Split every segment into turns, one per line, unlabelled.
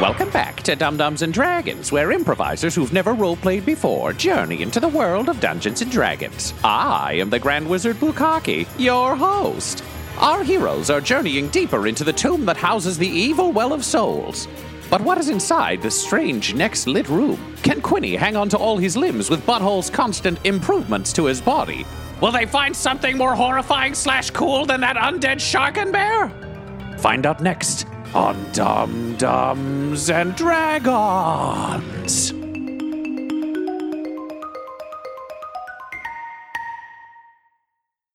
Welcome back to Dum Dums and Dragons, where improvisers who've never roleplayed before journey into the world of Dungeons and Dragons. I am the Grand Wizard Bukaki, your host. Our heroes are journeying deeper into the tomb that houses the evil Well of Souls. But what is inside this strange next lit room? Can Quinny hang on to all his limbs with Butthole's constant improvements to his body? Will they find something more horrifying slash cool than that undead shark and bear? Find out next on Dum Dums and Dragons.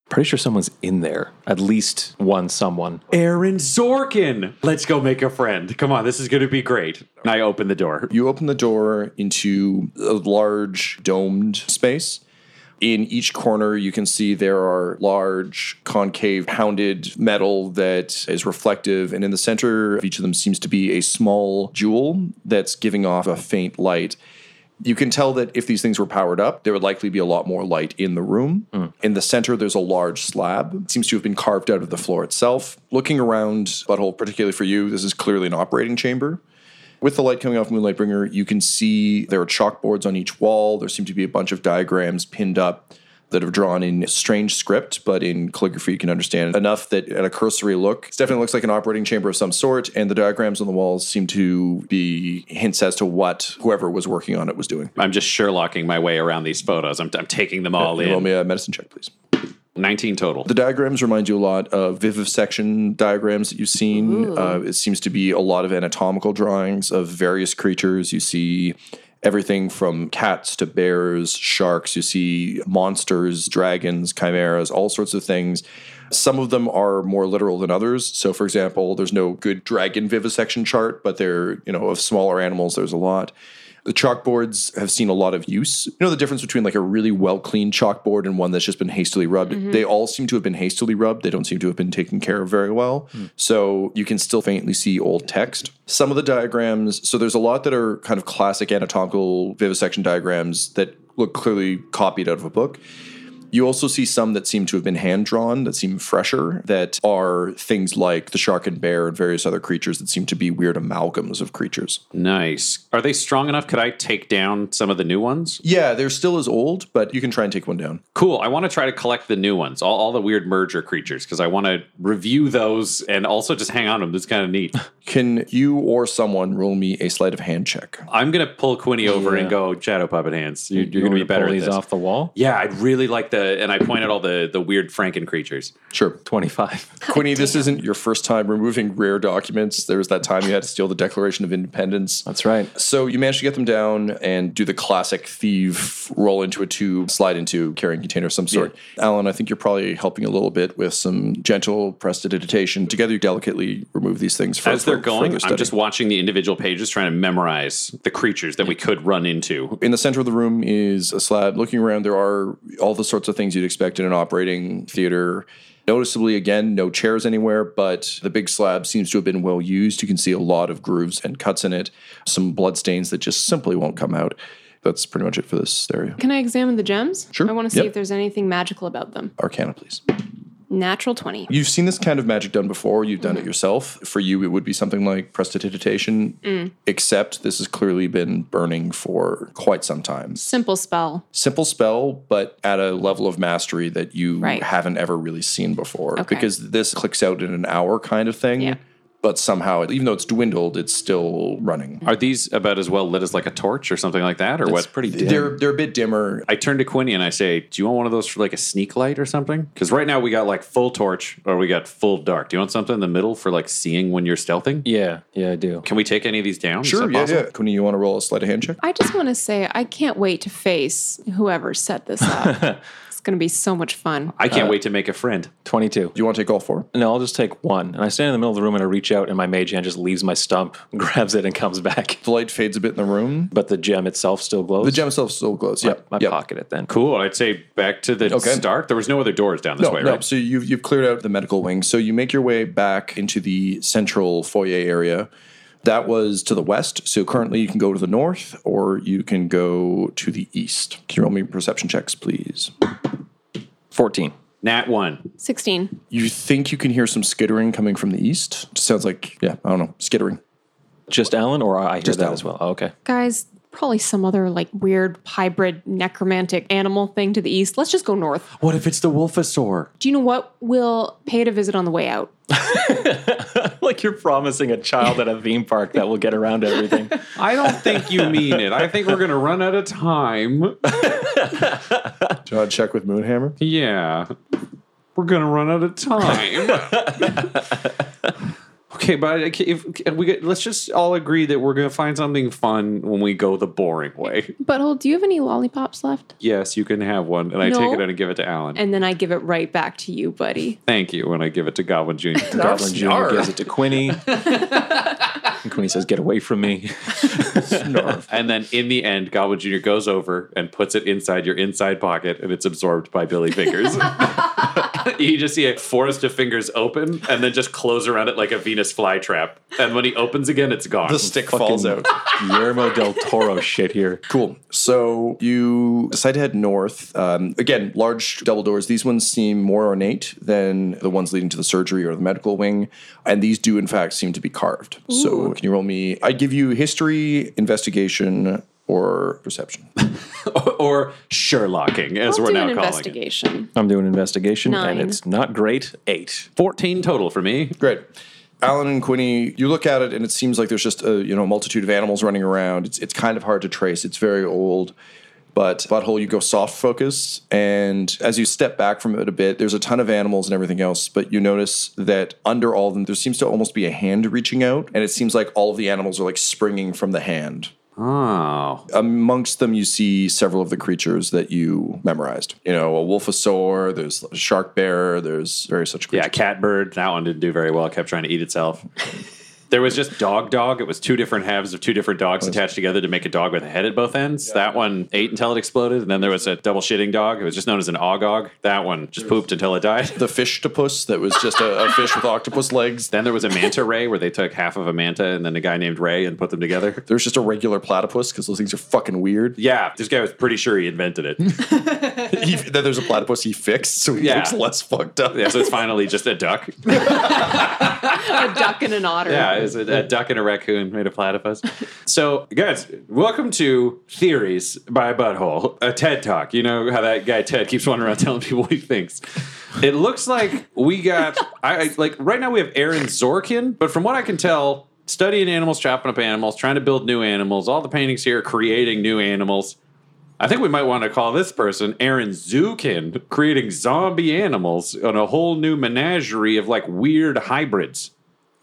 Pretty sure someone's in there. At least one someone.
Aaron Zorkin. Let's go make a friend. Come on, this is going to be great. And I open the door.
You open the door into a large domed space. In each corner, you can see there are large, concave, pounded metal that is reflective. And in the center of each of them seems to be a small jewel that's giving off a faint light. You can tell that if these things were powered up, there would likely be a lot more light in the room. In the center, there's a large slab. It seems to have been carved out of the floor itself. Looking around, Butthole, particularly for you, this is clearly an operating chamber. With the light coming off Moonlight Bringer, you can see there are chalkboards on each wall. There seem to be a bunch of diagrams pinned up that have drawn in strange script, but in calligraphy you can understand enough that at a cursory look, it definitely looks like an operating chamber of some sort, and the diagrams on the walls seem to be hints as to what whoever was working on it was doing.
I'm just Sherlocking my way around these photos. I'm, I'm taking them all
Roll
in.
me a medicine check, please.
19 total.
The diagrams remind you a lot of vivisection diagrams that you've seen. Uh, it seems to be a lot of anatomical drawings of various creatures. You see everything from cats to bears, sharks. You see monsters, dragons, chimeras, all sorts of things. Some of them are more literal than others. So, for example, there's no good dragon vivisection chart, but they're, you know, of smaller animals, there's a lot. The chalkboards have seen a lot of use. You know the difference between like a really well cleaned chalkboard and one that's just been hastily rubbed. They all seem to have been hastily rubbed. They don't seem to have been taken care of very well. So you can still faintly see old text. Some of the diagrams, so there's a lot that are kind of classic anatomical vivisection diagrams that look clearly copied out of a book. You also see some that seem to have been hand drawn, that seem fresher, that are things like the shark and bear and various other creatures that seem to be weird amalgams of creatures.
nice. Are they strong enough? Could I take down some of the new ones?
Yeah, they're still as old, but you can try and take one down.
Cool. I want to try to collect the new ones, all, all the weird merger creatures, because I want to review those and also just hang on to them. That's kind of neat.
Can you or someone roll me a sleight of hand check?
I'm going to pull Quinny over and go, Shadow Puppet Hands, you, are
You
going to
want
be
me
better
pull
at
these
this.
off the wall.
Yeah, I'd really like the, and I point out all the the weird Franken creatures.
Sure.
Twenty-five.
Quinny, this isn't your first time removing rare documents. There was that time you had to steal the Declaration of Independence.
That's right.
So you managed to get them down and do the classic thief roll into a tube, slide into carrying container of some sort. Alan, I think you're probably helping a little bit with some gentle prestidigitation. Together, you delicately remove these things. For,
As they're
for
going,
further
I'm
study.
just watching the individual pages, trying to memorize the creatures that we could run into.
in the center of the room is a slab. Looking around, there are all the sorts of things you'd expect in an operating theater. Noticeably, again, no chairs anywhere, but the big slab seems to have been well used. You can see a lot of grooves and cuts in it, some blood stains that just simply won't come out. That's pretty much it for this area.
Can I examine the gems?
Sure.
I want to see
Yep.
if there's anything magical about them.
Arcana, please.
Natural 20.
You've seen this kind of magic done before. You've done it yourself. For you, it would be something like prestidigitation, except this has clearly been burning for quite some time.
Simple spell.
simple spell, but at a level of mastery that you
Right.
haven't ever really seen before.
Okay.
Because this clicks out in an hour kind of thing.
Yeah.
But somehow, even though it's dwindled, it's still running.
Are these about as well lit as like a torch or something like that, or what?
Pretty
Mm.
dim.
They're they're a bit dimmer.
I turn to Quinny and I say, "Do you want one of those for like a sneak light or something? Because right now we got like full torch or we got full dark. Do you want something in the middle for like seeing when you're stealthing?
yeah, yeah, I do.
Can we take any of these down? Is that possible?
Cooney, you want to roll a sleight of hand check?
I just want to say I can't wait to face whoever set this up. it's going to be so much fun.
I
Uh,
can't wait to make a friend.
22.
Do you want to take all four?
No, I'll just take one. And I stand in the middle of the room and I reach out, and my mage hand just leaves my stump, grabs it, and comes back.
The light fades a bit in the room.
But the gem itself still glows.
The gem itself still glows. Yep.
My
yep.
pocket it then.
Cool. I'd say back to the
Okay.
start. There was no other doors down this
No,
way,
no.
right?
So you've, you've cleared out the medical wing. So you make your way back into the central foyer area. That was to the west. So currently you can go to the north or you can go to the east. Can you roll me perception checks, please?
14.
Nat one.
16.
You think you can hear some skittering coming from the east? Sounds like, yeah, I don't know, skittering.
Just Alan, or I hear that
Alan.
as well? Oh, okay.
Guys, probably some other like weird hybrid necromantic animal thing to the east. Let's just go north.
What if it's the wolfosaur?
Do you know what? We'll pay it a visit on the way out.
like you're promising a child at a theme park that will get around everything.
I don't think you mean it. I think we're going to run out of time.
Do you want to check with Moonhammer?
Yeah. We're going to run out of time. okay, but I ca- if, if we get, let's just all agree that we're going to find something fun when we go the boring way.
Butthole, do you have any lollipops left?
Yes, you can have one. And I take
No.
it out and give it to Alan.
And then I give it right back to you, buddy.
Thank you. And I give it to Goblin Jr.
Goblin Jr. gives it to Quinny. and Quinny says, Get away from me.
and then in the end, Goblin Jr. goes over and puts it inside your inside pocket and it's absorbed by Billy Fingers. you just see a forest of fingers open and then just close around it like a Venus flytrap. And when he opens again, it's gone.
falls out.
Guillermo del Toro shit here.
Cool. So you decide to head north. Um, again, large double doors. These ones seem more ornate than the ones leading to the surgery or the medical wing. And these do, in fact, seem to be carved. So can you roll me? I give you history, investigation, or perception.
or Sherlocking, as
I'll
we're
do
now
an
calling it.
investigation.
I'm doing investigation,
Nine.
and it's not great. Eight.
14 total for me.
Great. Alan and Quinny, you look at it and it seems like there's just a you know multitude of animals running around. It's it's kind of hard to trace. It's very old. But butthole, you go soft focus, and as you step back from it a bit, there's a ton of animals and everything else. But you notice that under all of them, there seems to almost be a hand reaching out, and it seems like all of the animals are like springing from the hand.
Oh.
Amongst them, you see several of the creatures that you memorized. You know, a wolfosaur. There's a shark bear. There's various such creatures.
Yeah, Catbird. That one didn't do very well. It kept trying to eat itself. There was just dog dog. It was two different halves of two different dogs attached together to make a dog with a head at both ends. That one ate until it exploded, and then there was a double shitting dog. It was just known as an ogog. That one just pooped until it died.
the fishtopus that was just a, a fish with octopus legs.
Then there was a manta ray where they took half of a manta and then a guy named Ray and put them together.
There's just a regular platypus because those things are fucking weird.
Yeah, this guy was pretty sure he invented it.
He, then there's a platypus he fixed, so he
Yeah.
looks less fucked up.
Yeah, so it's finally just a duck.
a duck and an otter.
Yeah, it's a, a duck and a raccoon made of platypus. So, guys, welcome to Theories by Butthole, a TED Talk. You know how that guy Ted keeps wandering around telling people what he thinks. It looks like we got, I I- like right now we have Aaron Zorkin, but from what I can tell, studying animals, chopping up animals, trying to build new animals. All the paintings here are creating new animals. I think we might want to call this person Aaron Zukin, creating zombie animals on a whole new menagerie of like weird hybrids.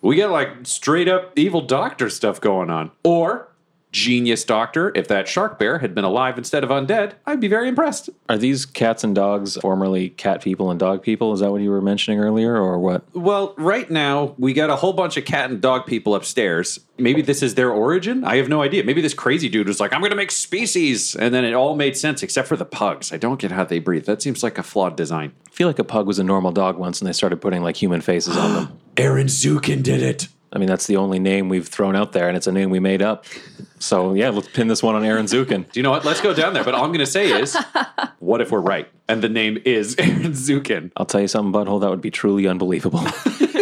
We got like straight up evil doctor stuff going on. Or genius doctor. If that shark bear had been alive instead of undead, I'd be very impressed.
Are these cats and dogs formerly cat people and dog people? Is that what you were mentioning earlier, or what?
Well, right now, we got a whole bunch of cat and dog people upstairs. Maybe this is their origin. I have no idea. Maybe this crazy dude was like, I'm going to make species. And then it all made sense except for the pugs. I don't get how they breathe. That seems like a flawed design.
I feel like a pug was a normal dog once, and they started putting like human faces on them.
Aaron Zukin did it.
I mean, that's the only name we've thrown out there, and it's a name we made up. So yeah, let's pin this one on Aaron Zukin.
Do you know what? Let's go down there. But all I'm going to say is, what if we're right? And the name is Aaron Zukin.
I'll tell you something, butthole. That would be truly unbelievable.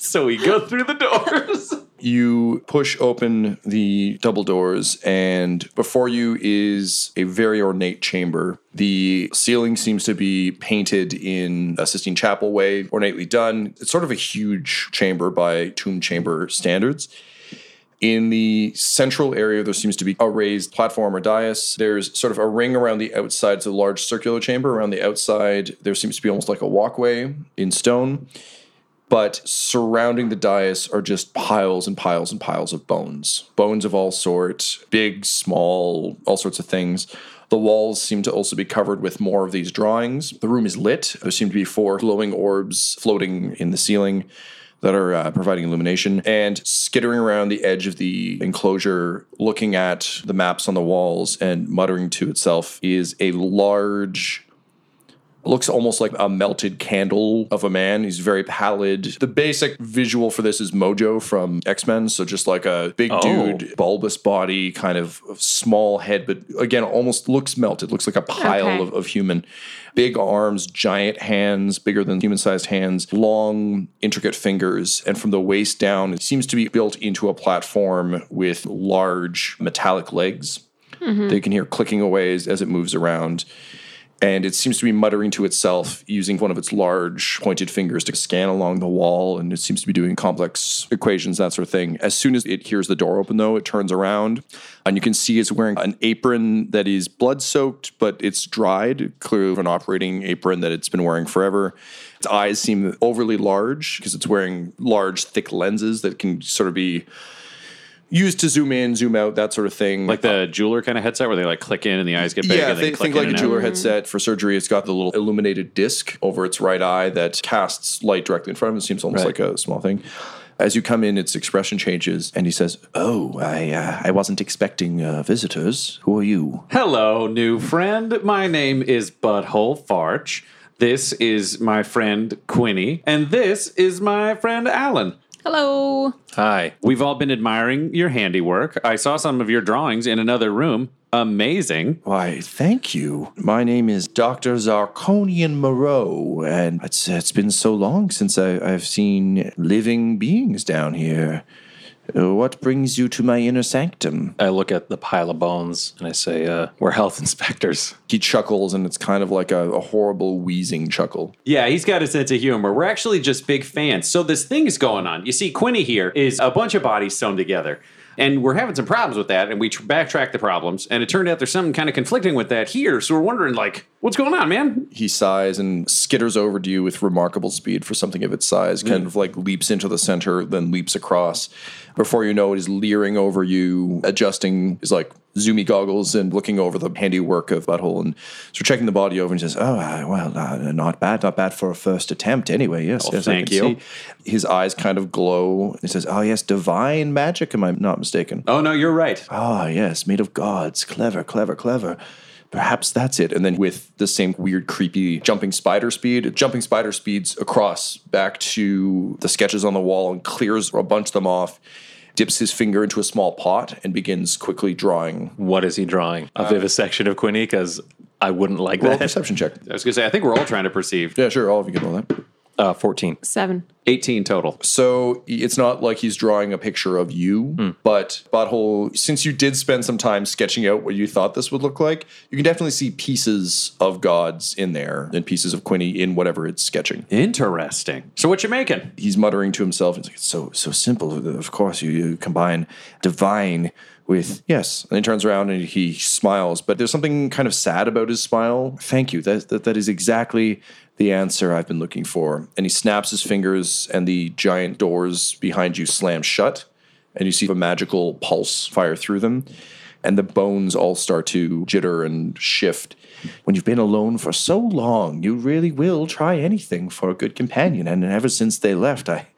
So we go through the doors.
You push open the double doors, and before you is a very ornate chamber. The ceiling seems to be painted in a Sistine Chapel way, ornately done. It's sort of a huge chamber by tomb chamber standards. In the central area, there seems to be a raised platform or dais. There's sort of a ring around the outside, so a large circular chamber around the outside. There seems to be almost like a walkway in stone but surrounding the dais are just piles and piles and piles of bones bones of all sorts big small all sorts of things The walls seem to also be covered with more of these drawings. The room is lit. There seem to be four glowing orbs floating in the ceiling that are uh, providing illumination and skittering around the edge of the enclosure looking at the maps on the walls and muttering to itself is a large looks almost like a melted candle of a man. He's very pallid. The basic visual for this is Mojo from X Men. So just like a big dude, bulbous body, kind of small head, but again, almost looks melted. Looks like a pile
Okay.
of, of human. Big arms, giant hands, bigger than human sized hands, long, intricate fingers. And from the waist down, it seems to be built into a platform with large metallic legs that you can hear clicking away as, as it moves around. And it seems to be muttering to itself using one of its large pointed fingers to scan along the wall. And it seems to be doing complex equations, that sort of thing. As soon as it hears the door open, though, it turns around and you can see it's wearing an apron that is blood soaked, but it's dried, clearly an operating apron that it's been wearing forever. Its eyes seem overly large because it's wearing large, thick lenses that can sort of be used to zoom in, zoom out, that sort of thing.
Like the jeweler kind of headset where they like click in and the eyes get big.
Yeah,
and they
thi-
click
think
in
like a
and out.
jeweler headset for surgery. It's got the little illuminated disc over its right eye that casts light directly in front of him. It seems almost
Right.
like a small thing. As you come in, its expression changes, and he says, "Oh, I uh, I wasn't expecting uh, visitors. Who are you?"
Hello, new friend. My name is Butthole Farch. This is my friend Quinny, and this is my friend Alan.
Hello.
Hi.
We've all been admiring your handiwork. I saw some of your drawings in another room. Amazing.
Why, thank you. My name is Dr. Zarconian Moreau, and it's, uh, it's been so long since I, I've seen living beings down here. Uh, what brings you to my inner sanctum?
I look at the pile of bones and I say, uh, "We're health inspectors."
He chuckles, and it's kind of like a, a horrible wheezing chuckle.
Yeah, he's got a sense of humor. We're actually just big fans. So this thing is going on. You see, Quinny here is a bunch of bodies sewn together. And we're having some problems with that, and we tr- backtracked the problems, and it turned out there's something kind of conflicting with that here. So we're wondering, like, what's going on, man?
He sighs and skitters over to you with remarkable speed for something of its size,
Mm.
kind of like leaps into the center, then leaps across. Before you know it, he's leering over you, adjusting his like zoomy goggles and looking over the handiwork of Butthole. And so checking the body over and says, Oh, uh, well, uh, not bad, not bad for a first attempt anyway. Yes, yes, I
Oh, thank
can
you.
see." His eyes kind of glow. He says, Oh, yes, divine magic, am I not mistaken?
Oh, no, you're right.
Ah, yes, made of gods. Clever, clever, clever. Perhaps that's it. And then with the same weird, creepy jumping spider speed, jumping spider speeds across back to the sketches on the wall and clears a bunch of them off, dips his finger into a small pot and begins quickly drawing.
What is he drawing? A vivisection of Quinny? Because I wouldn't like
Uh, Roll a
that.
perception check.
I was going to say, I think we're all trying to perceive.
Yeah, sure. All of you can roll that.
Uh, Fourteen.
Seven.
18 total.
So it's not like he's drawing a picture of you, but Butthole, since you did spend some time sketching out what you thought this would look like, you can definitely see pieces of gods in there and pieces of Quinny in whatever it's sketching.
Interesting. So what you making?
He's muttering to himself, it's, like, it's so so simple. Of course, you, you combine divine with yes. And he turns around and he smiles, but there's something kind of sad about his smile. Thank you. That that, that is exactly the answer I've been looking for. And he snaps his fingers, and the giant doors behind you slam shut and you see a magical pulse fire through them and the bones all start to jitter and shift when you've been alone for so long you really will try anything for a good companion and ever since they left i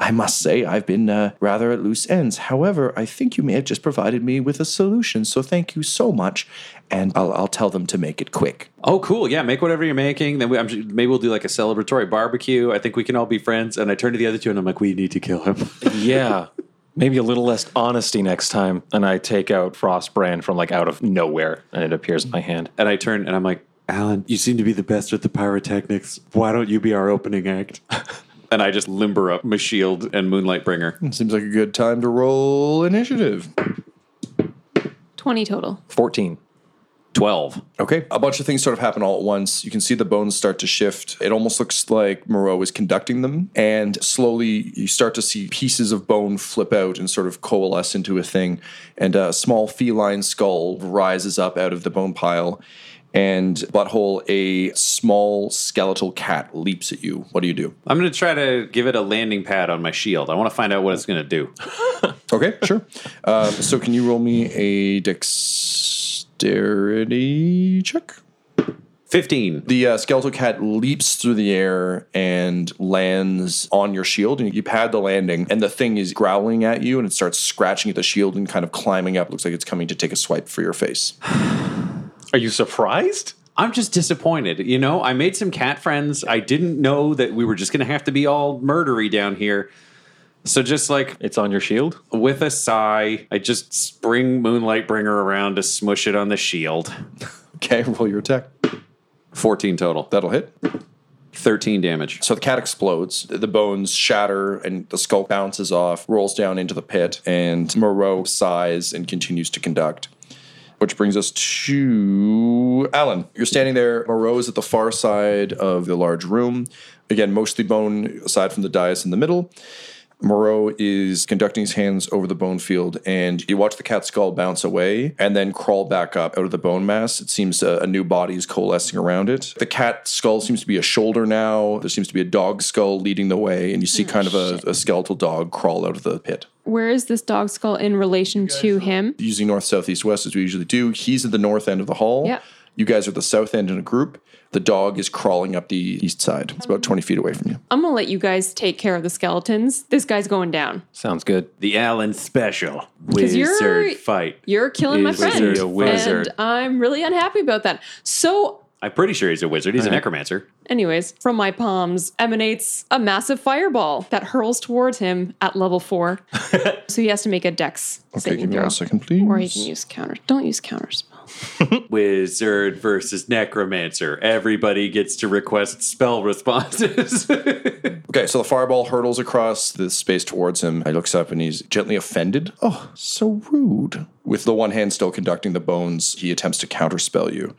i must say i've been uh, rather at loose ends however i think you may have just provided me with a solution so thank you so much and i'll, I'll tell them to make it quick
Oh, cool. Yeah, make whatever you're making. Then we, I'm, ju- maybe we'll do like a celebratory barbecue. I think we can all be friends. And I turn to the other two and I'm like, we need to kill him.
Yeah. Maybe a little less honesty next time. And I take out Frostbrand from like out of nowhere and it appears in my hand.
and I turn and I'm like, Alan, you seem to be the best with the pyrotechnics. Why don't you be our opening act? and I just limber up my shield and moonlight bringer.
seems like a good time to roll initiative
20 total.
14.
12.
Okay. A bunch of things sort of happen all at once. You can see the bones start to shift. It almost looks like Moreau is conducting them. And slowly you start to see pieces of bone flip out and sort of coalesce into a thing. And a small feline skull rises up out of the bone pile. And butthole, a small skeletal cat leaps at you. What do you do?
I'm going to try to give it a landing pad on my shield. I want to find out what it's going to do.
Okay, sure. Um, so can you roll me a dex? dexterity check.
15.
The uh, skeletal cat leaps through the air and lands on your shield, and you pad the landing, and the thing is growling at you, and it starts scratching at the shield and kind of climbing up. Looks like it's coming to take a swipe for your face.
Are you surprised?
I'm just disappointed. You know, I made some cat friends. I didn't know that we were just going to have to be all murdery down here. So just like
It's on your shield.
with a sigh, I just spring Moonlight Bringer around to smush it on the shield.
Okay, roll your attack.
14 total.
That'll hit.
13 damage.
So the cat explodes, the bones shatter, and the skull bounces off, rolls down into the pit, and Moreau sighs and continues to conduct. Which brings us to Alan. You're standing there. Moreau is at the far side of the large room. Again, mostly bone, aside from the dais in the middle. Moreau is conducting his hands over the bone field, and you watch the cat skull bounce away and then crawl back up out of the bone mass. It seems uh, a, a new body is coalescing around it. The cat skull seems to be a shoulder now. There seems to be a dog skull leading the way, and you
Hmm,
see kind of a, a skeletal dog crawl out of the pit.
Where is this dog skull in relation to him?
Using north, south, east, west, as we usually do, he's at the north end of the hall.
Yeah.
You guys are at the south end in a group. The dog is crawling up the east side. It's
Hmm.
about 20 feet away from you.
I'm gonna let you guys take care of the skeletons. This guy's going down.
Sounds good.
The Allen special.
'Cause you're-
Wizard fight.
You're killing my
He's
friend,
a wizard.
and I'm really unhappy about that. So
I'm pretty sure he's a wizard. He's a necromancer.
Anyways, from my palms emanates a massive fireball that hurls towards him at level four. so he has to make a dex
Okay, give
saving
me
throw.
one second, please.
Or you can use counter. Don't use counter spell.
Wizard versus necromancer. Everybody gets to request spell responses.
Okay, so the fireball hurtles across the space towards him. He looks up and he's gently offended. Oh, so rude. With the one hand still conducting the bones, he attempts to counterspell you.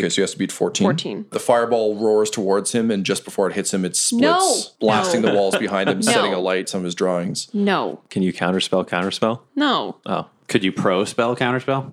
Okay, so he has to beat 14.
14.
The fireball roars towards him, and just before it hits him, it splits,
No.
blasting
No.
the walls behind him, setting
No.
alight some of his drawings.
No,
Can you counterspell? Counterspell?
no.
Oh,
Could you pro spell, counter spell?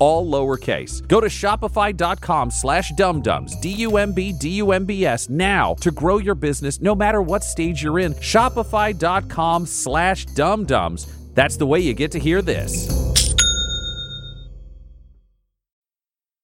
all lowercase. Go to shopify.com slash dumdums, D-U-M-B-D-U-M-B-S now to grow your business no matter what stage you're in. Shopify.com slash dumdums. That's the way you get to hear this.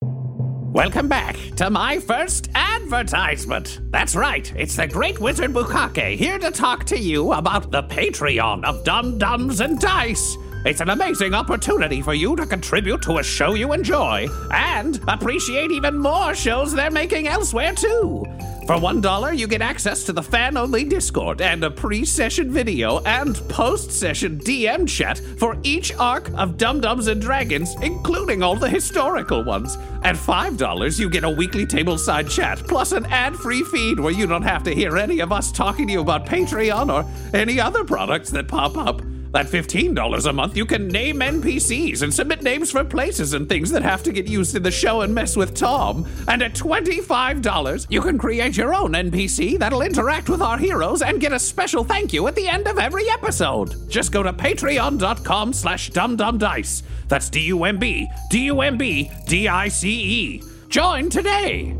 Welcome back to my first advertisement. That's right, it's the great wizard Bukake here to talk to you about the Patreon of Dum Dums and Dice. It's an amazing opportunity for you to contribute to a show you enjoy and appreciate even more shows they're making elsewhere, too. For $1, you get access to the fan only Discord and a pre session video and post session DM chat for each arc of Dum Dums and Dragons, including all the historical ones. At $5, you get a weekly tableside chat plus an ad free feed where you don't have to hear any of us talking to you about Patreon or any other products that pop up. At $15 a month, you can name NPCs and submit names for places and things that have to get used in the show and mess with Tom. And at $25, you can create your own NPC that'll interact with our heroes and get a special thank you at the end of every episode. Just go to patreon.com slash dumdumdice. That's D-U-M-B, D-U-M-B, D-I-C-E. E. Join today!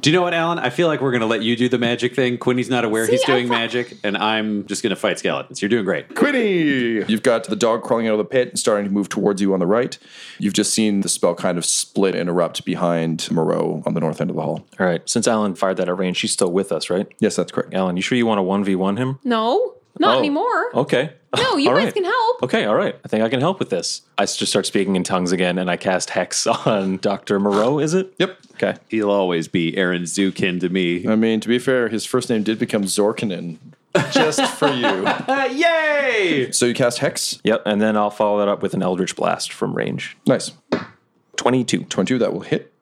Do you know what, Alan? I feel like we're going to let you do the magic thing. Quinny's not aware he's
See, I
doing
thought-
magic, and I'm just going to fight skeletons. You're doing great.
Quinny! You've got the dog crawling out of the pit and starting to move towards you on the right. You've just seen the spell kind of split and erupt behind Moreau on the north end of the hall.
All right. Since Alan fired that at range, she's still with us, right?
Yes, that's correct.
Alan, you sure you want to one v one him?
No, not
Oh.
anymore.
Okay.
No, you
All
guys
right.
can help.
Okay, all right. I think I can help with this. I s- just start speaking in tongues again, and I cast Hex on Doctor Moreau. Is it?
Yep.
Okay.
He'll always be Aaron Zukin to me.
I mean, to be fair, his first name did become Zorkinen just for you.
yay!
So you cast Hex.
Yep. And then I'll follow that up with an Eldritch Blast from range.
Nice.
Twenty-two,
22, that will hit.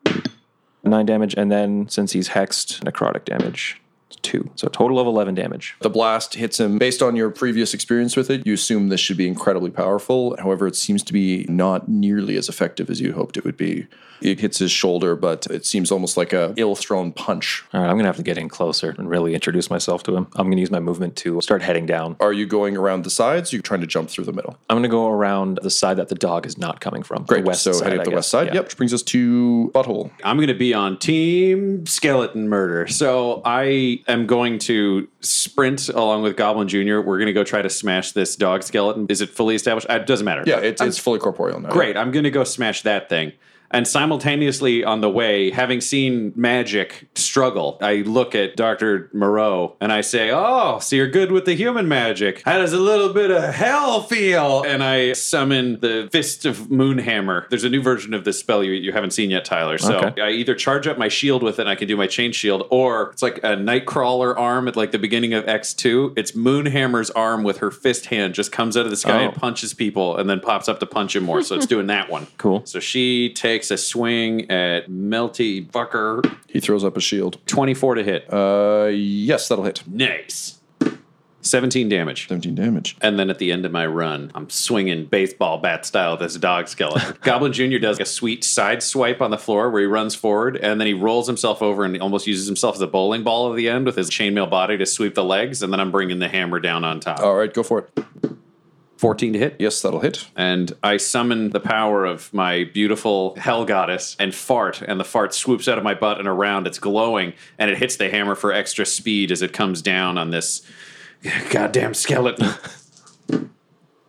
nine damage, and then since he's hexed, necrotic damage, two. So total of eleven damage.
The blast hits him. Based on your previous experience with it, you assume this should be incredibly powerful. However, it seems to be not nearly as effective as you hoped it would be. It hits his shoulder, but it seems almost like a ill-thrown punch.
All right, I'm gonna have to get in closer and really introduce myself to him. I'm gonna use my movement to start heading down.
Are you going around the sides? Or you're trying to jump through the middle.
I'm gonna go around the side that the dog is not coming from.
Great.
The west
so
side,
heading
I
up the
guess.
west side.
Yeah.
Yep. Which brings us to Butthole.
I'm going to be on Team Skeleton Murder. So I am going to sprint along with Goblin Jr. We're going to go try to smash this dog skeleton. Is it fully established? It doesn't matter.
Yeah, it's, it's fully corporeal now.
Great. I'm going to go smash that thing. And simultaneously on the way, having seen magic struggle, I look at Dr. Moreau and I say, Oh, so you're good with the human magic. How does a little bit of hell feel? And I summon the Fist of Moonhammer. There's a new version of this spell you, you haven't seen yet, Tyler. So
Okay.
I either charge up my shield with it and I can do my chain shield, or it's like a Nightcrawler arm at like the beginning of X2. It's Moonhammer's arm with her fist hand just comes out of the sky
Oh.
and punches people and then pops up to punch him more. So it's doing that one.
Cool.
So she takes a swing at Melty Bucker,
He throws up a shield.
24 to hit.
Uh, yes, that'll hit.
nice. 17 damage.
17 damage.
And then at the end of my run, I'm swinging baseball bat style this dog skeleton. Goblin Jr. does a sweet side swipe on the floor where he runs forward and then he rolls himself over and almost uses himself as a bowling ball at the end with his chainmail body to sweep the legs. And then I'm bringing the hammer down on top.
Oh.
All right, go for it.
14 to hit.
Yes, that'll hit.
and I summon the power of my beautiful hell goddess and fart, and the fart swoops out of my butt and around. It's glowing, and it hits the hammer for extra speed as it comes down on this goddamn skeleton.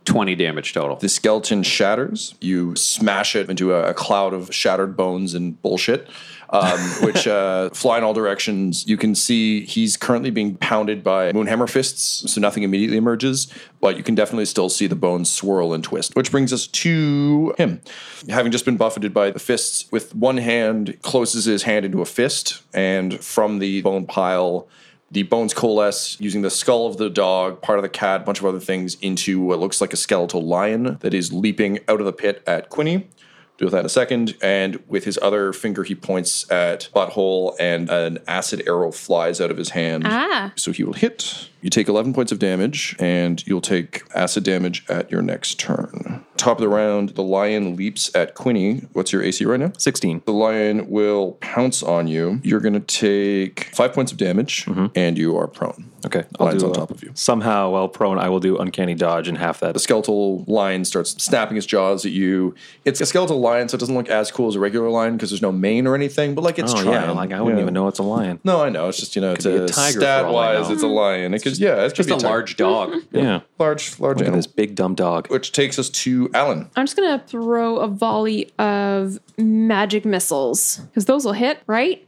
20 damage total.
The skeleton shatters. You smash it into a, a cloud of shattered bones and bullshit, um, which uh, fly in all directions. You can see he's currently being pounded by moonhammer fists, so nothing immediately emerges, but you can definitely still see the bones swirl and twist. Which brings us to him. Having just been buffeted by the fists, with one hand, closes his hand into a fist, and from the bone pile, the bones coalesce using the skull of the dog, part of the cat, a bunch of other things into what looks like a skeletal lion that is leaping out of the pit at Quinny. Deal with that in a second. And with his other finger, he points at Butthole, and an acid arrow flies out of his hand.
Ah.
So he will hit. You take 11 points of damage, and you'll take acid damage at your next turn. Top of the round, the lion leaps at Quinny. What's your AC right now?
Sixteen.
The lion will pounce on you. You're going to take five points of damage, and you are prone.
Mm-hmm. Okay.
Lion's on
uh,
top of you.
Somehow, while prone, I will do uncanny dodge and half that.
The skeletal lion starts snapping its jaws at you. It's a skeletal lion, so it doesn't look as cool as a regular lion because there's no mane or anything, but like it's
Oh
trying.
yeah, like I wouldn't
Yeah.
even know it's a lion.
No, I know. It's just, you know, it's
be
a,
a tiger for all I
stat wise,
know.
it's a
Mm-hmm.
lion. It could, yeah, it's
Just a large dog.
Yeah.
large, large
Look at
animal.
this big dumb dog.
Which takes us to Alan.
I'm just gonna throw a volley of magic missiles because those will hit, right?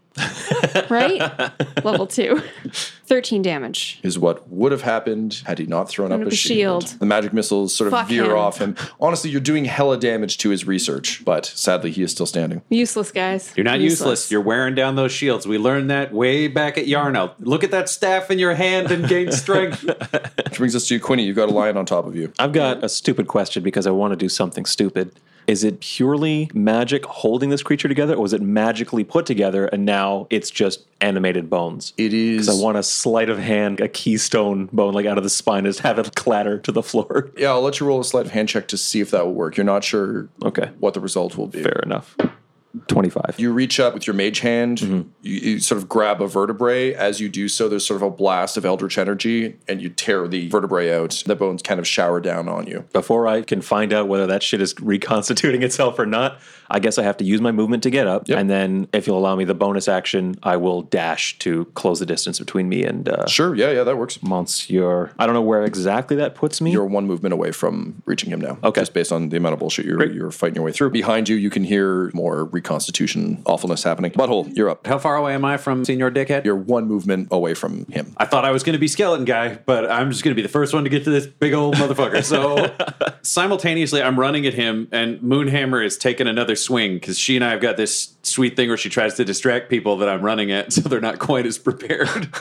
right? Level two. 13 damage.
is what would have happened had he not thrown up,
up
a
a
shield.
shield.
The magic missiles sort of
Fuck
veer
him.
off him. Honestly, you're doing hella damage to his research, but sadly, he is still standing.
Useless, guys.
You're not useless. You're wearing down those shields. We learned that way back at Yarno. Look at that staff in your hand and gain strength.
Which brings us to you, Quinny. You've got a lion on top of you.
I've got a stupid question because I want to do something stupid. Is it purely magic holding this creature together, or was it magically put together and now it's just animated bones?
It is.
I want a sleight of hand, a keystone bone like out of the spine, and just have it clatter to the floor.
yeah, I'll let you roll a sleight of hand check to see if that will work. You're not sure
Okay.
what the result will be.
Fair enough. 25.
You reach up with your mage hand,
Mm-hmm.
you, you sort of grab a vertebrae. As you do so, there's sort of a blast of eldritch energy, and you tear the vertebrae out. The bones kind of shower down on you.
Before I can find out whether that shit is reconstituting itself or not, I guess I have to use my movement to get up. And then, if you'll allow me the bonus action, I will dash to close the distance between me and uh,
Sure, yeah, yeah, that works.
Monsieur. I don't know where exactly that puts me.
You're one movement away from reaching him now.
Okay.
Just based on the amount of bullshit you're, you're fighting your way through. Behind you, you can hear more reconstitution awfulness happening. Butthole, you're up.
How far away am I from Senior Dickhead?
You're one movement away from him.
I thought I was going to be skeleton guy, but I'm just going to be the first one to get to this big old motherfucker. So simultaneously, I'm running at him, and Moonhammer is taking another swing because she and I have got this sweet thing where she tries to distract people that I'm running at, so they're not quite as prepared.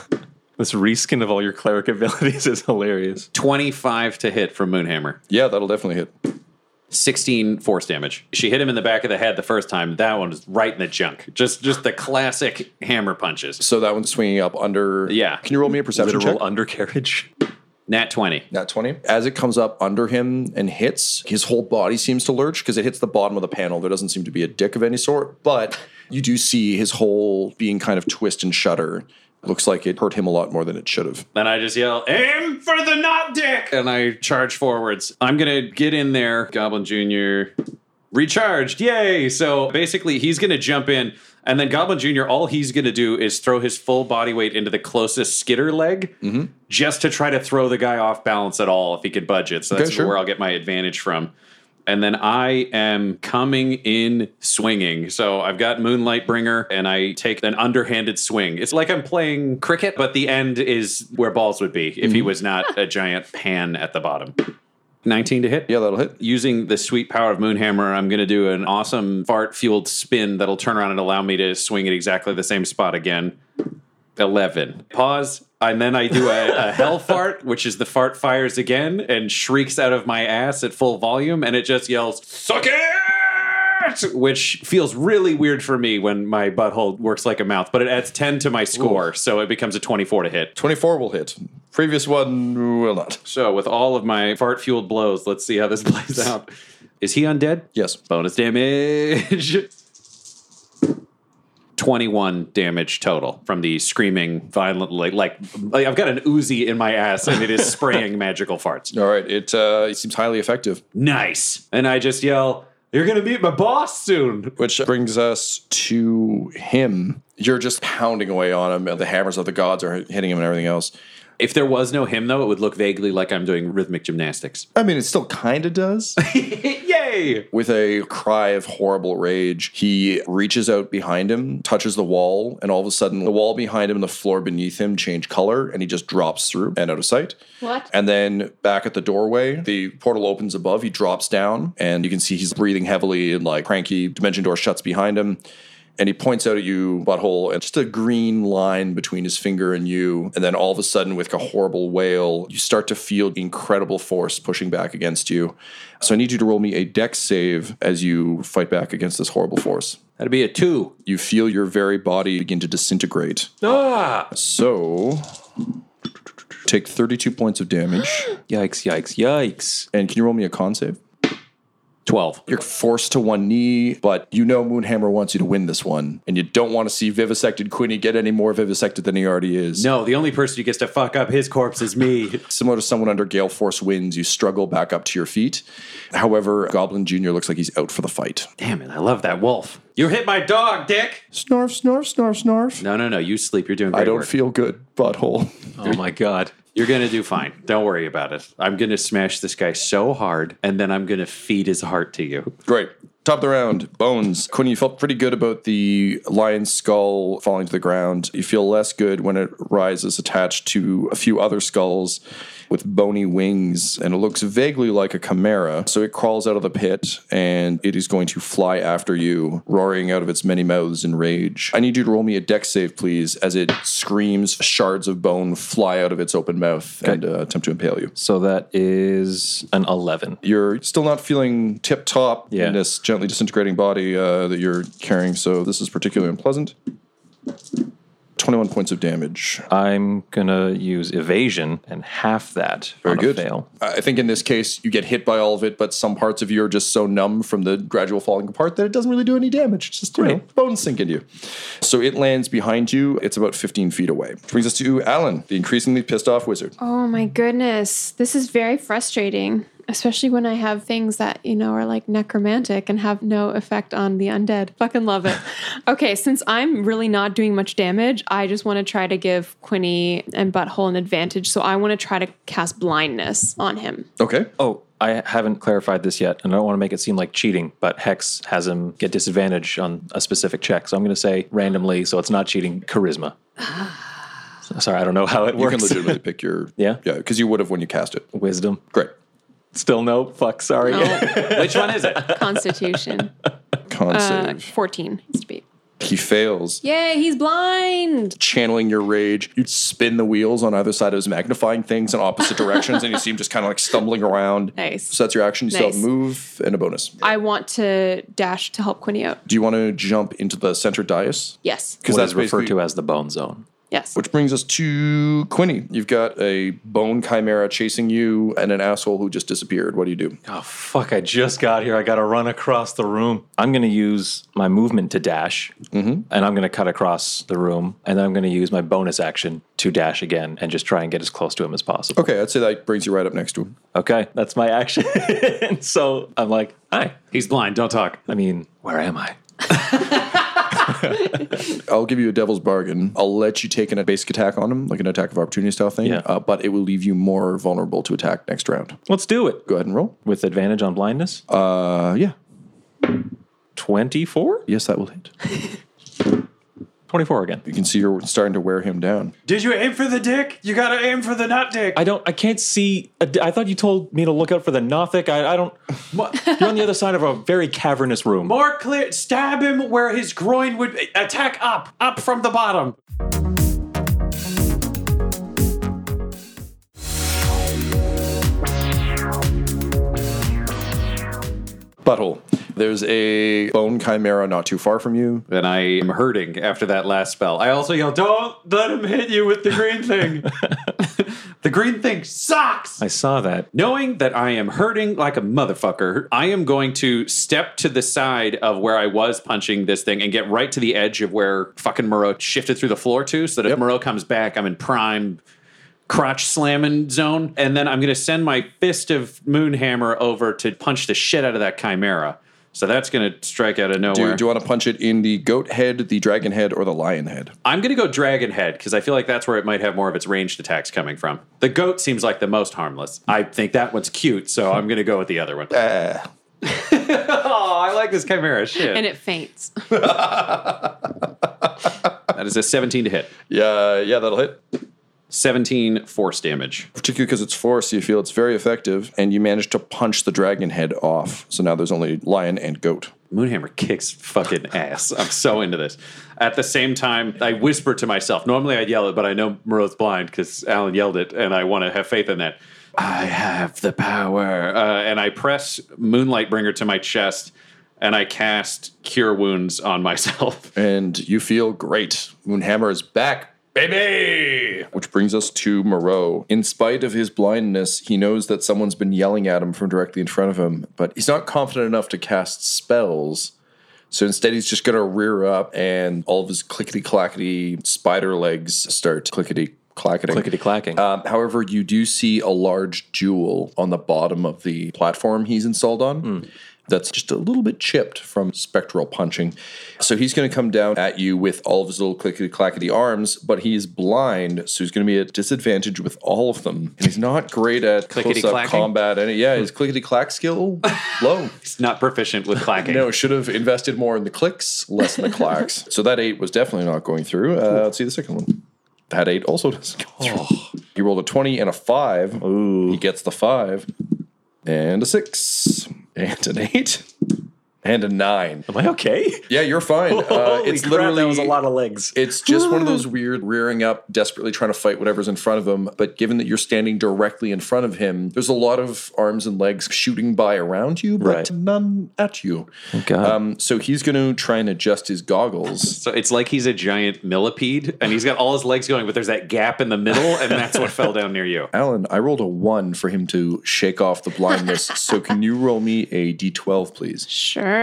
this reskin of all your cleric abilities is hilarious.
25 to hit from Moonhammer,
Yeah, that'll definitely hit.
16 force damage. She hit him in the back of the head the first time. That one is right in the junk. Just, just the classic hammer punches.
So that one's swinging up under.
Yeah.
Can you roll me a perception
Literal
check?
undercarriage.
Nat 20.
Nat 20. As it comes up under him and hits, his whole body seems to lurch because it hits the bottom of the panel. There doesn't seem to be a dick of any sort, but you do see his whole being kind of twist and shudder. Looks like it hurt him a lot more than it should have.
Then I just yell, aim for the not dick! And I charge forwards. I'm gonna get in there, Goblin Jr. Recharged, yay! So basically, he's gonna jump in, and then Goblin Jr., all he's gonna do is throw his full body weight into the closest skitter leg just to try to throw the guy off balance at all if he could budget. So that's
Okay, sure.
where I'll get my advantage from. And then I am coming in swinging. So I've got Moonlight Bringer and I take an underhanded swing. It's like I'm playing cricket, but the end is where balls would be if he
Mm-hmm.
was not a giant pan at the bottom. 19 to hit.
Yeah, that'll hit.
Using the sweet power of Moonhammer, I'm going to do an awesome fart fueled spin that'll turn around and allow me to swing at exactly the same spot again. 11. Pause. And then I do a, a hell fart, which is the fart fires again and shrieks out of my ass at full volume. And it just yells, Suck it! Which feels really weird for me when my butthole works like a mouth, but it adds 10 to my score. So it becomes a 24 to hit.
24 will hit. Previous one will not.
So with all of my fart fueled blows, let's see how this plays out. Is he undead?
Yes.
Bonus damage. 21 damage total from the screaming violently like, like I've got an Uzi in my ass and it is spraying magical farts.
All right. It, uh, it seems highly effective,
Nice. And I just yell, "You're going to meet my boss soon."
which brings us to him. You're just pounding away on him. and The hammers of the gods are hitting him and everything else.
If there was no hymn though, it would look vaguely like I'm doing rhythmic gymnastics.
I mean, it still kind of does.
Yay!
With a cry of horrible rage, he reaches out behind him, touches the wall, and all of a sudden, the wall behind him and the floor beneath him change color, and he just drops through and out of sight.
What?
And then back at the doorway, the portal opens above. He drops down, and you can see he's breathing heavily and like cranky. Dimension door shuts behind him. And he points out at you, butthole, and just a green line between his finger and you. And then all of a sudden, with like a horrible wail, you start to feel incredible force pushing back against you. So I need you to roll me a dex save as you fight back against this horrible force.
That'd be a 2.
You feel your very body begin to disintegrate.
Ah!
So take 32 points of damage.
Yikes, yikes, yikes.
And can you roll me a con save?
12.
You're forced to one knee, but you know Moonhammer wants you to win this one, and you don't want to see vivisected Quinny get any more vivisected than he already is.
No, the only person who gets to fuck up his corpse is me.
Similar to someone under Gale Force winds, you struggle back up to your feet. However, Goblin Jr. looks like he's out for the fight.
Damn it, I love that wolf. You hit my dog, dick!
Snarf, snarf, snarf, snarf.
No, no, no, you sleep. You're doing great
I don't
work.
feel good, butthole.
Oh my god.
You're gonna do fine. Don't worry about it. I'm gonna smash this guy so hard, and then I'm gonna feed his heart to you.
Great. Top of the round, Bones. Quinn, you felt pretty good about the lion's skull falling to the ground. You feel less good when it rises attached to a few other skulls with bony wings, and it looks vaguely like a chimera. So it crawls out of the pit and it is going to fly after you, roaring out of its many mouths in rage. I need you to roll me a dex save, please, as it screams, shards of bone fly out of its open mouth and uh, attempt to impale you.
So that is an 11.
You're still not feeling tip top
Yeah.
in this gently disintegrating body uh, that you're carrying, so this is particularly unpleasant. 21 points of damage.
I'm going to use evasion and half that
Very
on
good.
a fail.
I think in this case, you get hit by all of it, but some parts of you are just so numb from the gradual falling apart that it doesn't really do any damage. It's just, you know, bones sink into you. So it lands behind you. It's about 15 feet away. Which brings us to Alan, the increasingly pissed off wizard.
Oh my goodness. This is very frustrating, especially when I have things that, you know, are like necromantic and have no effect on the undead. Fucking love it. okay, since I'm really not doing much damage, I just want to try to give Quinny and Butthole an advantage. So I want to try to cast blindness on him.
Okay.
Oh, I haven't clarified this yet, and I don't want to make it seem like cheating, but Hex has him get disadvantage on a specific check. So I'm going to say randomly, so it's not cheating, charisma. Sorry, I don't know how it
You can
works.
legitimately pick your.
Yeah?
Yeah, because you would have when you cast it.
Wisdom.
Great.
Still no. Fuck, sorry.
Oh,
Which one is it?
Constitution.
Con
Uh,
save.
14 needs to be.
He fails.
Yay, he's blind.
channeling your rage. You'd spin the wheels on either side of his magnifying things in opposite directions, and you see him just kind of like stumbling around.
Nice.
So that's your action. You still have
Nice.
move and a bonus.
I want to dash to help Quinny out.
Do you want to jump into the center dais?
Yes.
Because
What is referred
basically-
to as the bone zone.
Yes.
Which brings us to Quinny. You've got a bone chimera chasing you and an asshole who just disappeared. What do you do?
Oh, fuck, I just got here. I got to run across the room. I'm going to use my movement to dash, and I'm going to cut across the room, and then I'm going to use my bonus action to dash again and just try and get as close to him as possible.
Okay, I'd say that brings you right up next to him.
Okay, that's my action. so I'm like, hi.
He's blind. Don't talk.
I mean, where am I?
I'll give you a devil's bargain. I'll let you take an basic attack on him, like an attack of opportunity style thing,
Yeah.
uh, but it will leave you more vulnerable to attack next round.
Let's do it.
Go ahead and roll.
With advantage on blindness?
Uh, yeah.
24?
Yes, that will hit.
24 again.
You can see you're starting to wear him down.
Did you aim for the dick? You gotta aim for the nut dick.
I don't, I can't see. I I thought you told me to look out for the Nothic. I, I don't. You're on the other side of a very cavernous room.
More clear. Stab him where his groin would attack up, up from the bottom.
Butthole. There's a bone chimera not too far from you.
Then I am hurting after that last spell. I also yell, "Don't let him hit you with the green thing." the green thing sucks.
I saw that.
Knowing that I am hurting like a motherfucker, I am going to step to the side of where I was punching this thing and get right to the edge of where fucking Moreau shifted through the floor to, so that if Moreau comes back, I'm in prime crotch slamming zone. And then I'm going to send my fist of Moonhammer over to punch the shit out of that Chimera. So that's going to strike out of
Do,
nowhere.
do you want to punch it in the goat head, the dragon head, or the lion head?
I'm going to go Dragon Head because I feel like that's where it might have more of its ranged attacks coming from. The goat seems like the most harmless. I think that one's cute, so I'm going to go with the other one.
Ah.
Oh, I like this chimera shit.
And it faints.
that is a 17 to hit.
Yeah, yeah, that'll hit.
17 force damage.
Particularly because it's force, you feel it's very effective, and you manage to punch the dragon head off. So now there's only lion and goat.
Moonhammer kicks fucking ass. I'm so into this. At the same time, I whisper to myself. Normally I'd yell it, but I know Moreau's blind because Alan yelled it, and I want to have faith in that. I have the power. Uh, and I press Moonlight Bringer to my chest, and I cast Cure Wounds on myself.
And you feel great. Moonhammer is back, baby! Which brings us to Moreau. In spite of his blindness, he knows that someone's been yelling at him from directly in front of him, but he's not confident enough to cast spells. So instead, he's just going to rear up, and all of his clickety clackety spider legs start clickety clacketing.
Clickety clacking.
Um, however,
Hmm.
you do see a large jewel on the bottom of the platform he's installed on. that's just a little bit chipped from spectral punching. So he's going to come down at you with all of his little clickety clackety arms, but he is blind, so he's going to be at disadvantage with all of them. And he's not great at close up
Clickety-clacking?
combat. And yeah,
Hmm.
his clickety clack skill low.
It's not proficient with clacking.
No, should have invested more in the clicks, less in the clacks. so that eight was definitely not going through. Uh, let's see the second one. That eight also doesn't go through.
Oh.
He rolled a 20 and a five. He gets the five and a six and an eight and a nine.
Am I okay?
Yeah, you're fine. Uh,
Holy
it's
crap,
literally
that was a lot of legs.
it's just one of those weird rearing up, desperately trying to fight whatever's in front of him. But given that you're standing directly in front of him, there's a lot of arms and legs shooting by around you, but
Right.
none at you.
God.
Um, so he's going to try and adjust his goggles.
So it's like he's a giant millipede and he's got all his legs going, but there's that gap in the middle, and that's what fell down near you.
Alan, I rolled a one for him to shake off the blindness. so can you roll me a d12, please?
Sure.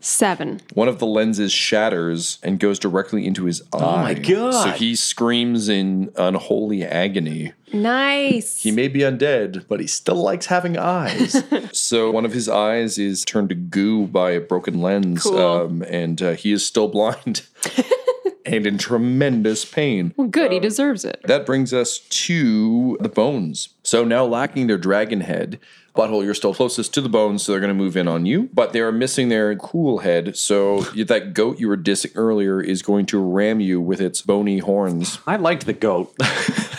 Seven.
One of the lenses shatters and goes directly into his eye. Oh my
God.
So he screams in unholy agony.
Nice.
He may be undead, but he still likes having eyes. so one of his eyes is turned to goo by a broken lens,
Cool.
um, and uh, he is still blind and in tremendous pain.
well, good. he deserves it.
That brings us to the bones. So now lacking their dragon head, Butthole, you're still closest to the bones, so they're going to move in on you. But they are missing their cool head, so that goat you were dissing earlier is going to ram you with its bony horns.
I liked the goat.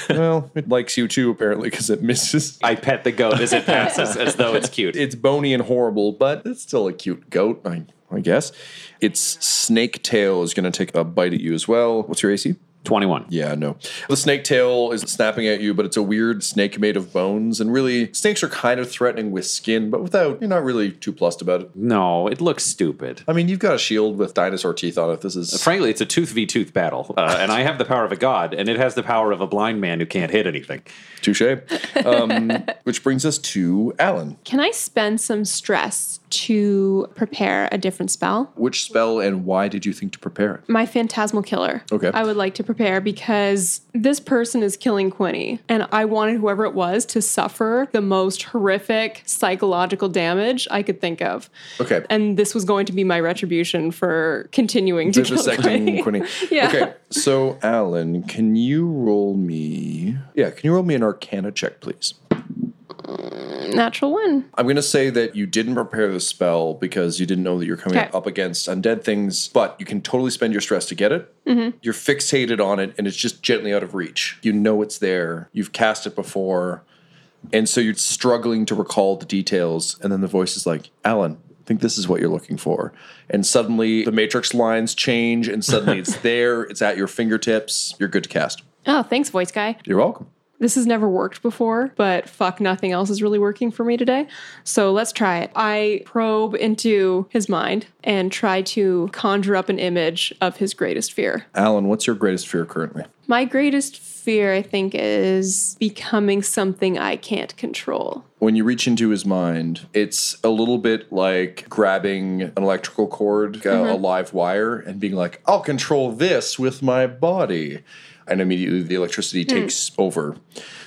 well, it likes you too, apparently, because it misses.
I pet the goat as it passes as though it's cute.
it's bony and horrible, but it's still a cute goat, I, I guess. Its snake tail is going to take a bite at you as well. What's your AC?
21.
Yeah, no. The snake tail is snapping at you, but it's a weird snake made of bones. And really, snakes are kind of threatening with skin, but without, you're not really too plussed about it.
No, it looks stupid.
I mean, you've got a shield with dinosaur teeth on it. This is.
Frankly, it's a tooth v tooth battle, uh, and I have the power of a god, and it has the power of a blind man who can't hit anything.
Touche. Um, which brings us to Alan.
Can I spend some stress to prepare a different spell?
Which spell and why did you think to prepare it?
my phantasmal killer.
Okay.
I would like to prepare because this person is killing Quinny, and I wanted whoever it was to suffer the most horrific psychological damage I could think of.
Okay.
And this was going to be my retribution for continuing to kill
Vivisecting
Quinny.
Quinny.
Yeah.
Okay. So, Alan, can you roll me? Yeah, can you roll me an Arcana check, please?
Natural one.
I'm going to say that you didn't prepare the spell because you didn't know that you're coming
Okay.
up against undead things, but you can totally spend your stress to get it. You're fixated on it, and it's just gently out of reach. You know it's there. You've cast it before, and so you're struggling to recall the details. And then the voice is like, "Alan." I think this is what you're looking for. And suddenly the matrix lines change, and suddenly it's there, it's at your fingertips. You're good to cast.
Oh, thanks, voice guy.
You're welcome.
This has never worked before, but fuck, nothing else is really working for me today. So let's try it. I probe into his mind and try to conjure up an image of his greatest fear.
Alan, what's your greatest fear currently?
My greatest fear, I think, is becoming something I can't control.
when you reach into his mind, it's a little bit like grabbing an electrical cord, uh, a live wire, and being like, I'll control this with my body. And immediately the electricity takes over.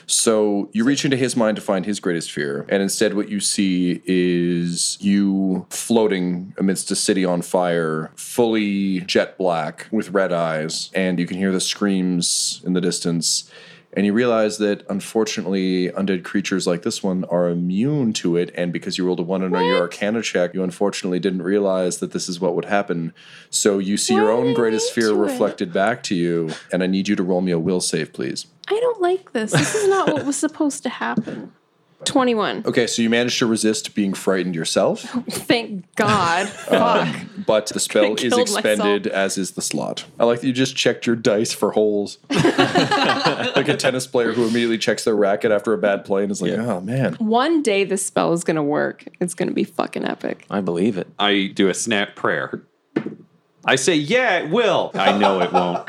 So you reach into his mind to find his greatest fear. And instead, what you see is you floating amidst a city on fire, fully jet black with red eyes. And you can hear the screams in the distance. And you realize that unfortunately, undead creatures like this one are immune to it. And because you rolled a one under your arcana check, you unfortunately didn't realize that this is what would happen. So you see your
Why are
own
they
greatest fear
immune to it?
reflected back to you. And I need you to roll me a will save, please.
I don't like this. This is not what was supposed to happen. 21.
Okay, so you managed to resist being frightened yourself,
Thank God. Fuck.
but the spell is
killed
expended, as is the slot. I like that you just checked your dice for holes. like a tennis player who immediately checks their racket after a bad play and is like, oh man.
One day this spell is going to work. It's going to be fucking epic.
I believe it.
I do a snap prayer. I say, yeah, it will. I know it won't.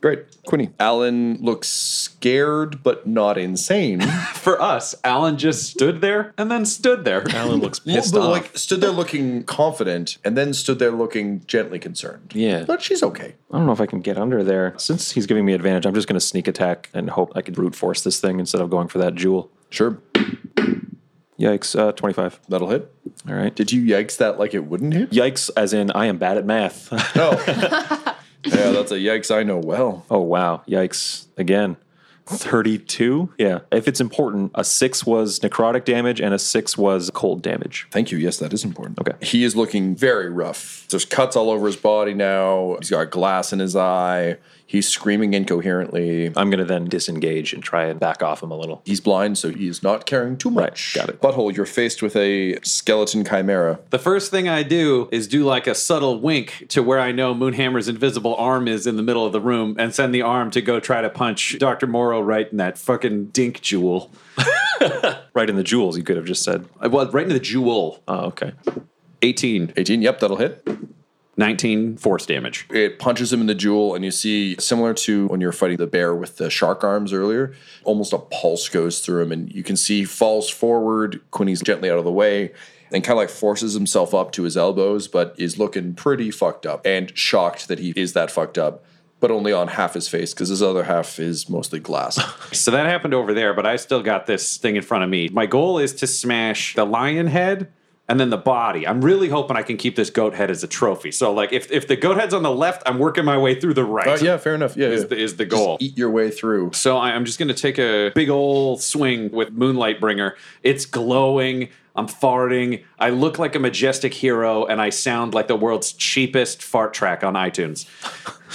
Great. Quinny. Alan looks scared but not insane.
For us, Alan just stood there and then stood there.
Alan looks pissed
but
off.
like stood there looking confident and then stood there looking gently concerned.
Yeah.
But she's okay.
I don't know if I can get under there. Since he's giving me advantage, I'm just going to sneak attack and hope I can brute force this thing instead of going for that jewel.
Sure.
Yikes, uh, 25.
That'll hit.
All right.
Did you yikes that like it wouldn't hit?
Yikes, as in I am bad at math.
No. yeah, that's a yikes I know well.
oh, wow. Yikes. Again. 32? Yeah. If it's important, a six was necrotic damage and a six was cold damage.
Thank you. Yes, that is important.
Okay.
He is looking very rough. There's cuts all over his body now. He's got glass in his eye. He's screaming incoherently.
I'm going to then disengage and try and back off him a little.
He's blind, so he is not carrying too much.
got it.
Butthole, you're faced with a skeleton chimera.
The first thing I do is do like a subtle wink to where I know Moonhammer's invisible arm is in the middle of the room and send the arm to go try to punch Dr. Morrow right in that fucking dink jewel.
Right in the jewels, you could have just said.
Uh, Well, right in the jewel.
Oh, okay.
18,
18. Yep, that'll hit.
19 force damage.
It punches him in the jewel, and you see, similar to when you're fighting the bear with the shark arms earlier, almost a pulse goes through him, and you can see he falls forward. Quinny's gently out of the way and kind of like forces himself up to his elbows, but is looking pretty fucked up and shocked that he is that fucked up, but only on half his face because his other half is mostly glass.
So that happened over there, but I still got this thing in front of me. My goal is to smash the lion head and then the body. I'm really hoping I can keep this goat head as a trophy. So, like, if, if the goat head's on the left, I'm working my way through the right.
Uh, yeah, fair enough. Yeah,
Is
yeah.
the, is the
Just
goal.
eat your way through.
So I- I'm just going to take a big old swing with Moonlight Bringer. It's glowing. I'm farting. I look like a majestic hero, and I sound like the world's cheapest fart track on iTunes.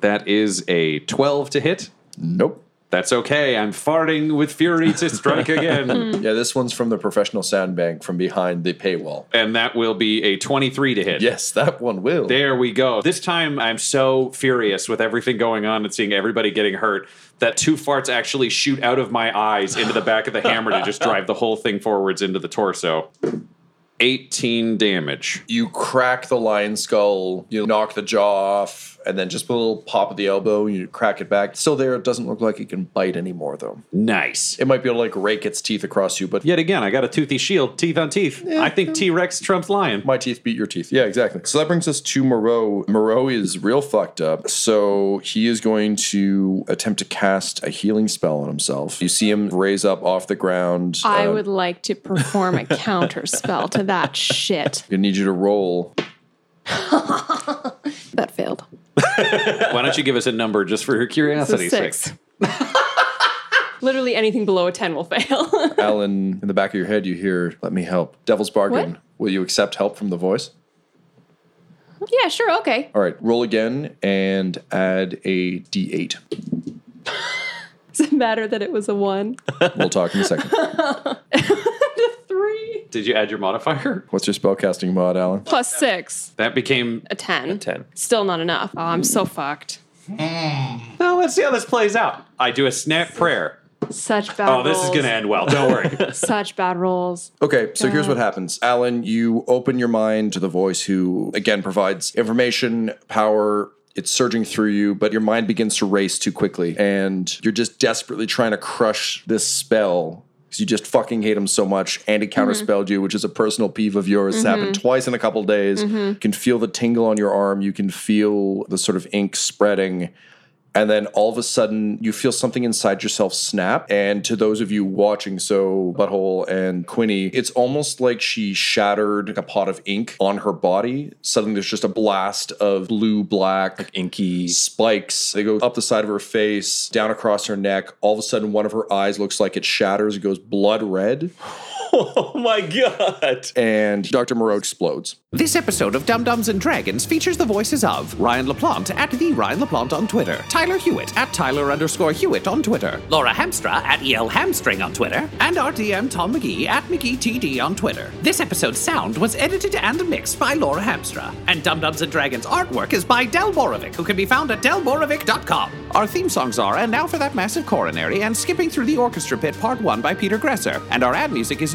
that is a 12 to hit.
Nope.
That's okay. I'm farting with fury to strike again.
Yeah, this one's from the professional sound bank from behind the paywall.
and that will be a 23 to hit.
Yes, that one will.
There we go. This time I'm so furious with everything going on and seeing everybody getting hurt that two farts actually shoot out of my eyes into the back of the hammer to just drive the whole thing forwards into the torso. 18 damage.
you crack the lion skull, you knock the jaw off, and then just a little pop of the elbow, you crack it back. Still there, it doesn't look like it can bite anymore, though.
Nice.
It might be able to like rake its teeth across you, but
Yet again, I got a toothy shield, teeth on teeth. I think T Rex trumps lion.
my teeth beat your teeth. Yeah, exactly. So that brings us to Moreau. Moreau is real fucked up. So he is going to attempt to cast a healing spell on himself. You see him raise up off the ground.
I
Um,
would like to perform a counter spell to that shit.
I need you to roll.
That failed.
Why don't you give us a number just for your
It's a
curiosity's sake?
six. Literally anything below a 10 will fail.
Alan, in the back of your head, you hear, let me help. Devil's bargain.
What?
Will you accept help from the voice?
yeah, sure, okay.
All right, roll again and add a d8.
Does it matter that it was a one?
We'll talk in a second.
Three
Did you add your modifier?
What's your spellcasting mod, Alan?
plus six,
That became.
a 10.
10.
Still not enough. Oh, I'm so fucked.
Now let's see how this plays out. I do a snap prayer.
Such bad
Oh,
rolls.
this is going to end well. Don't worry.
Such bad rolls.
Okay, so here's what happens. Alan, you open your mind to the voice who, again, provides information, power. It's surging through you, but your mind begins to race too quickly. And you're just desperately trying to crush this spell because you just fucking hate him so much. And he counterspelled you, which is a personal peeve of yours. It's happened twice in a couple days. You can feel the tingle on your arm. You can feel the sort of ink spreading. And then all of a sudden, you feel something inside yourself snap. And to those of you watching, so Butthole and Quinny, it's almost like she shattered a pot of ink on her body. Suddenly, there's just a blast of blue, black
Inky.
spikes. They go up the side of her face, down across her neck. All of a sudden, one of her eyes looks like it shatters, it goes blood red.
Oh my God.
And Dr. Moreau explodes.
This episode of Dum Dums and Dragons features the voices of Ryan LaPlante at the Ryan LaPlante on Twitter, Tyler Hewitt at Tyler underscore Hewitt on Twitter, Laura Hamstra at EL Hamstring on Twitter, and RDM Tom McGee at McGeeTD on Twitter. This episode's sound was edited and mixed by Laura Hamstra, and Dum Dums and Dragons artwork is by Del Borovic, who can be found at delborovic.com. Our theme songs are And Now for That Massive Coronary and Skipping Through the Orchestra Pit Part 1 by Peter Gresser, and our ad music is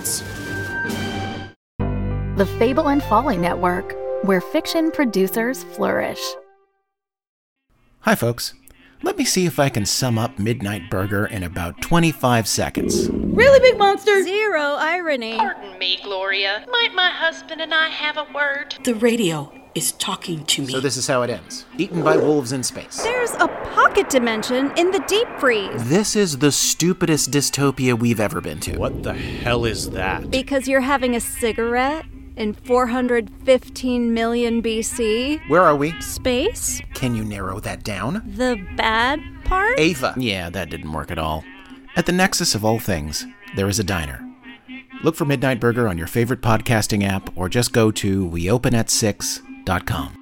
The Fable and Folly Network, where fiction producers flourish.
Hi, folks. Let me see if I can sum up Midnight Burger in about 25 seconds.
Really big monster.
Zero irony.
Pardon me, Gloria. Might my husband and I have a word?
The radio is talking to me.
So, this is how it ends eaten by wolves in space.
There's a pocket dimension in the deep freeze.
This is the stupidest dystopia we've ever been to.
What the hell is that?
Because you're having a cigarette in 415 million BC.
Where are we?
Space?
Can you narrow that down?
The bad part?
Ava. Yeah, that didn't work at all. At the nexus of all things, there is a diner. Look for Midnight Burger on your favorite podcasting app or just go to weopenat6.com.